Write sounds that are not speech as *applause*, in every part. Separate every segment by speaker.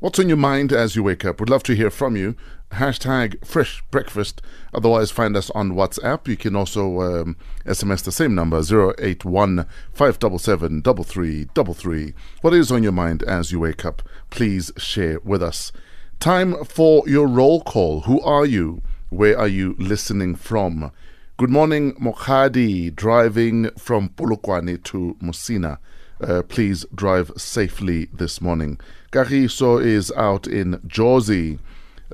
Speaker 1: What's on your mind as you wake up? We'd love to hear from you. Hashtag fresh breakfast. Otherwise, find us on WhatsApp. You can also um, SMS the same number 081 577 3333. What is on your mind as you wake up? Please share with us. Time for your roll call. Who are you? Where are you listening from? Good morning, Mokhadi, driving from Polokwane to Musina. Uh, please drive safely this morning. Kahiso is out in Jozi.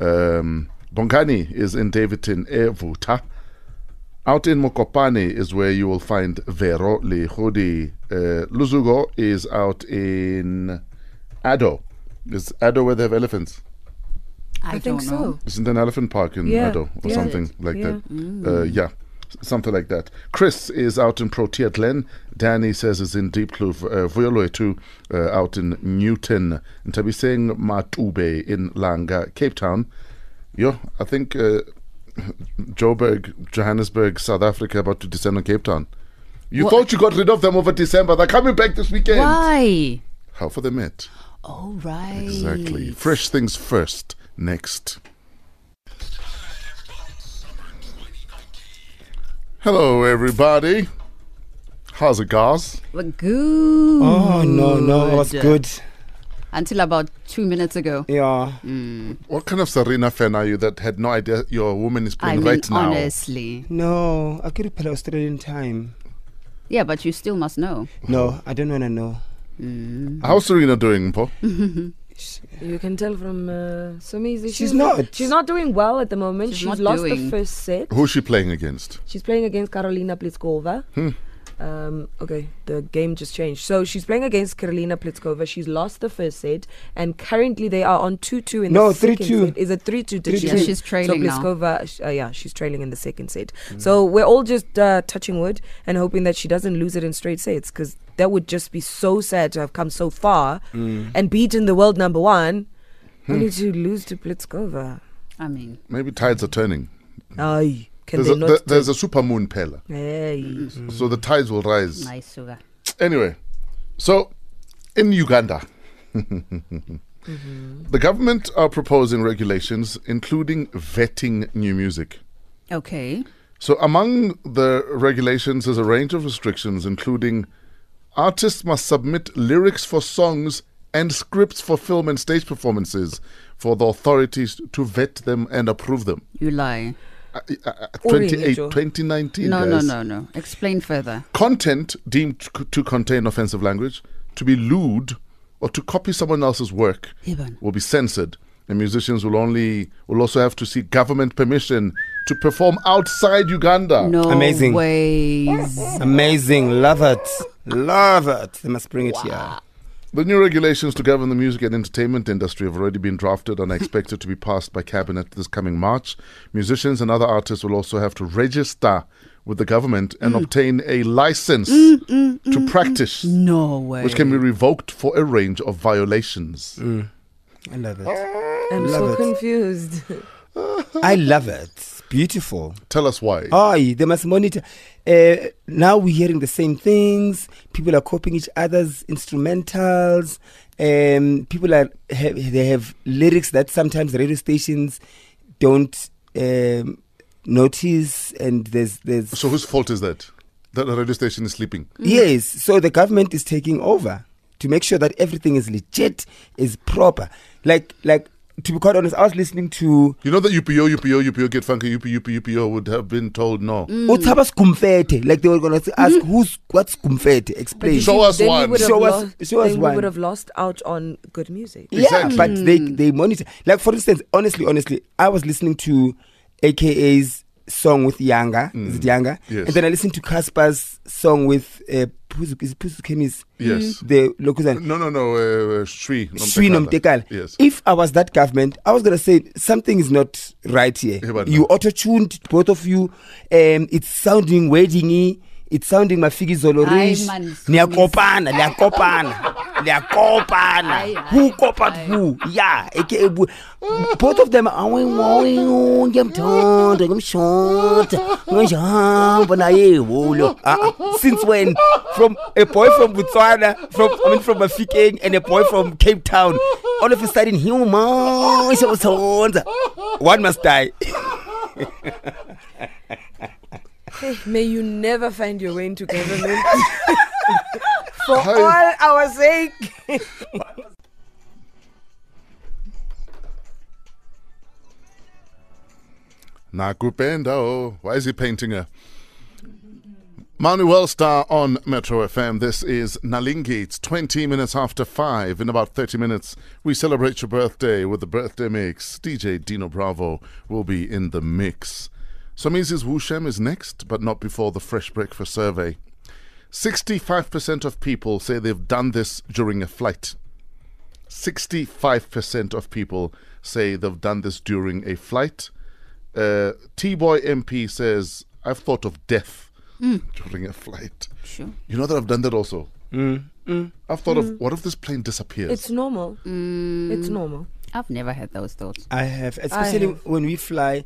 Speaker 1: Um, Bongani is in Davidton, Evuta. Out in Mokopane is where you will find Vero Lihudi. Uh, Luzugo is out in Ado. Is Ado where they have elephants?
Speaker 2: I,
Speaker 3: think
Speaker 2: don't know.
Speaker 3: so.
Speaker 1: Isn't there an elephant park in
Speaker 3: Yeah,
Speaker 1: Ado or
Speaker 3: yeah.
Speaker 1: something like
Speaker 3: Yeah. Mm.
Speaker 1: that? Uh, yeah, s- something like that. Chris is out in Protea Glen. Danny says is in Deep Kloof. Uh, Vuyolwe too, uh, out in Newton. And Tabiseng Matube in Langa, Cape Town. Yo, I think uh, Joburg, Johannesburg, South Africa about to descend on Cape Town. You thought you got rid of them over December. They're coming back this weekend.
Speaker 2: Why?
Speaker 1: How for the Met.
Speaker 2: All right.
Speaker 1: Exactly. Fresh things first. Next. Hello, everybody. How's it, guys?
Speaker 2: But good.
Speaker 4: Oh no, no, it was good.
Speaker 2: Until about two minutes ago.
Speaker 4: Yeah.
Speaker 1: What kind of Serena fan are you that had no idea your woman is
Speaker 2: I
Speaker 1: playing
Speaker 2: mean,
Speaker 1: right now?
Speaker 2: honestly.
Speaker 4: No, I could play Australian time.
Speaker 2: Yeah, but you still must know. Mm.
Speaker 4: No, I don't wanna know.
Speaker 1: How's Serena doing, Po?
Speaker 3: You can tell from uh, Sumi's issues.
Speaker 4: She's not.
Speaker 3: She's not doing well at the moment.
Speaker 2: She's
Speaker 3: She's,
Speaker 2: not
Speaker 3: lost
Speaker 2: doing.
Speaker 3: the first set.
Speaker 1: Who's she playing against?
Speaker 3: She's playing against Karolina Pliskova.
Speaker 2: Hmm.
Speaker 3: Um, okay, the game just changed. So she's playing against Karolina Pliskova. She's lost the first set, and currently they are on two-two in
Speaker 4: No,
Speaker 3: the second
Speaker 4: 3-2.
Speaker 3: set. Is it three-two? Did she?
Speaker 2: Yeah,
Speaker 4: 3-2.
Speaker 2: she's trailing
Speaker 3: so
Speaker 2: now. Hmm.
Speaker 3: Pliskova, sh- uh, yeah, she's trailing in the second set. So we're all just uh, touching wood and hoping that she doesn't lose it in straight sets, because that would just be so sad to have come so far
Speaker 2: Hmm.
Speaker 3: and beaten the world number one. Only to lose to Pliskova.
Speaker 2: I mean,
Speaker 1: Maybe tides are turning.
Speaker 2: Hmm.
Speaker 3: Ay, can
Speaker 1: There's
Speaker 3: they
Speaker 1: a,
Speaker 3: not?
Speaker 1: there- there's a super moon, Pella.
Speaker 3: Ay.
Speaker 1: So the tides will rise.
Speaker 2: nice sugar.
Speaker 1: Anyway, so in Uganda, *laughs*
Speaker 2: Mm-hmm.
Speaker 1: the government are proposing regulations including vetting new music.
Speaker 2: Okay.
Speaker 1: So, among the regulations is a range of restrictions, including artists must submit lyrics for songs and scripts for film and stage performances for the authorities to vet them and approve them.
Speaker 2: You lie.
Speaker 1: Uh, uh, uh,
Speaker 3: Uri,
Speaker 1: 28,
Speaker 3: Joe.
Speaker 1: 2019.
Speaker 2: Oh, No, no,
Speaker 1: guys.
Speaker 2: no, no. Explain further.
Speaker 1: Content deemed c- to contain offensive language, to be lewd, or to copy someone else's work
Speaker 2: Iban.
Speaker 1: will be censored. And musicians will only will also have to seek government permission to perform outside Uganda.
Speaker 2: No
Speaker 4: Amazing.
Speaker 2: ways.
Speaker 4: Amazing. Love it. Love it. They must bring it here.
Speaker 1: The new regulations to govern the music and entertainment industry have already been drafted and are expected to be passed by cabinet this coming March. Musicians and other artists will also have to register with the government and obtain a license to practice,
Speaker 2: No way.
Speaker 1: which can be revoked for a range of violations.
Speaker 4: I love it.
Speaker 3: I'm
Speaker 4: Love
Speaker 3: so
Speaker 4: it.
Speaker 3: confused.
Speaker 4: I love it. Beautiful.
Speaker 1: Tell us why.
Speaker 4: Oh, they must monitor. Uh, now we're hearing the same things. People are copying each other's instrumentals. Um, people are have, they have lyrics that sometimes radio stations don't um, notice, and there's there's
Speaker 1: So whose fault is that? That the radio station is sleeping.
Speaker 4: Yes, so the government is taking over to make sure that everything is legit, is proper. Like, like to be quite honest, I was listening to
Speaker 1: You know that UPO, UPO, UPO, get funky, UPO, UPO, UPO would have been told no.
Speaker 4: Mm. Utabas Kumfete. Like they were gonna s- ask who's what's Kumfete.
Speaker 3: *laughs*
Speaker 4: Explain.
Speaker 1: Show us
Speaker 3: Then we
Speaker 1: one.
Speaker 3: would have
Speaker 4: Show us-
Speaker 3: lost-
Speaker 4: show us
Speaker 3: then
Speaker 4: one.
Speaker 3: We would have lost out on good music.
Speaker 4: *laughs* yeah,
Speaker 1: Exactly.
Speaker 4: but they they monitor. Like for instance, honestly, honestly, I was listening to AKA's song with Yanga. Is it Yanga?
Speaker 1: Mm. Yes.
Speaker 4: And then I listened to Casper's song with uh, Puzu, is it Puzu Kemis?
Speaker 1: Yes.
Speaker 4: The Lokuzan.
Speaker 1: No, no, no. Uh, uh, Shri
Speaker 4: Sui Nomtekala.
Speaker 1: Yes.
Speaker 4: If I was that government, I was going to say something is not right here.
Speaker 1: Yeah, but
Speaker 4: you
Speaker 1: no.
Speaker 4: auto tuned, both of you. Um, it's sounding weddingy. it's sounding mafikizolo
Speaker 2: Ay,
Speaker 4: rich
Speaker 2: man, Sumi.
Speaker 4: niyakopana liyakopana
Speaker 2: Ay,
Speaker 4: liyakopana who
Speaker 2: ay,
Speaker 4: kopat who yeah aka bu- both of them awiwawiu ngiyamthanda ngimshonta ngihamba naye wolo Ah, ah. since when from a boy from botswana from i mean from mafikeng and a boy from cape town all of a sudden huma sewuthonza one must die
Speaker 3: May you never find your way into government. For all our sake.
Speaker 1: Nakupenda, oh, why is he painting her? Manuel Star on Metro FM. This is Nalingi. It's 20 minutes after 5. In about 30 minutes, we celebrate your birthday with the birthday mix. DJ Dino Bravo will be in the mix. Somizi's Wushem is next, but not before the Fresh Breakfast survey. 65% of people say they've done this during a flight. 65% of people say they've done this during a flight. Uh, T Boy MP says, I've thought of death during a flight.
Speaker 2: Sure.
Speaker 1: You know that I've done that also. I've thought of what if this plane disappears?
Speaker 3: It's normal. It's normal.
Speaker 2: I've never had those thoughts.
Speaker 4: I have, especially
Speaker 3: have.
Speaker 4: when we fly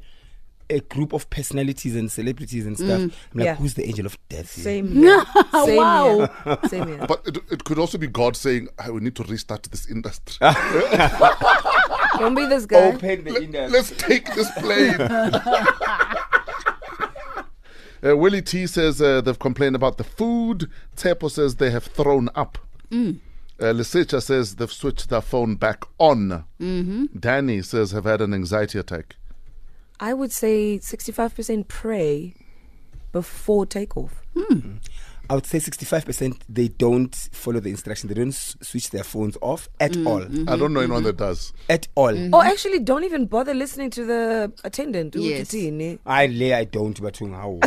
Speaker 4: a group of personalities and celebrities and stuff. I'm like,
Speaker 3: Yeah.
Speaker 4: who's the angel of death? here?
Speaker 3: Same here. Same
Speaker 2: Wow.
Speaker 3: here. Same here.
Speaker 1: but it, it could also be God saying, I will need to restart this industry.
Speaker 3: Don't be this guy.
Speaker 4: Open the inner.
Speaker 1: Let's take this plane. uh, Willie T says uh, they've complained about the food. Tepo says they have thrown up. Uh, Lisecha says they've switched their phone back on. Danny says have had an anxiety attack.
Speaker 3: I would say 65% pray before takeoff.
Speaker 4: I would say 65% they don't follow the instructions. They don't s- switch their phones off at all.
Speaker 1: I don't know anyone that does.
Speaker 4: At all.
Speaker 3: Or actually, don't even bother listening to the attendant.
Speaker 2: Yes.
Speaker 3: Ukitini.
Speaker 4: I lay, I don't, but you know.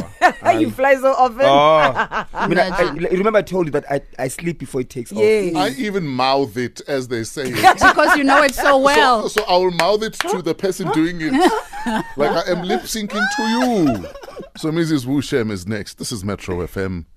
Speaker 3: you fly so often.
Speaker 4: Oh. I mean, I, I,
Speaker 2: Imagine.
Speaker 4: remember I told you that I, I sleep before it takes off.
Speaker 3: Yes.
Speaker 1: I even mouth it as they say it.
Speaker 2: because you know it so *laughs* well.
Speaker 1: So, so I will mouth it to the person doing it. like I am lip syncing to you. So Mrs. Wushem is next. This is Metro FM.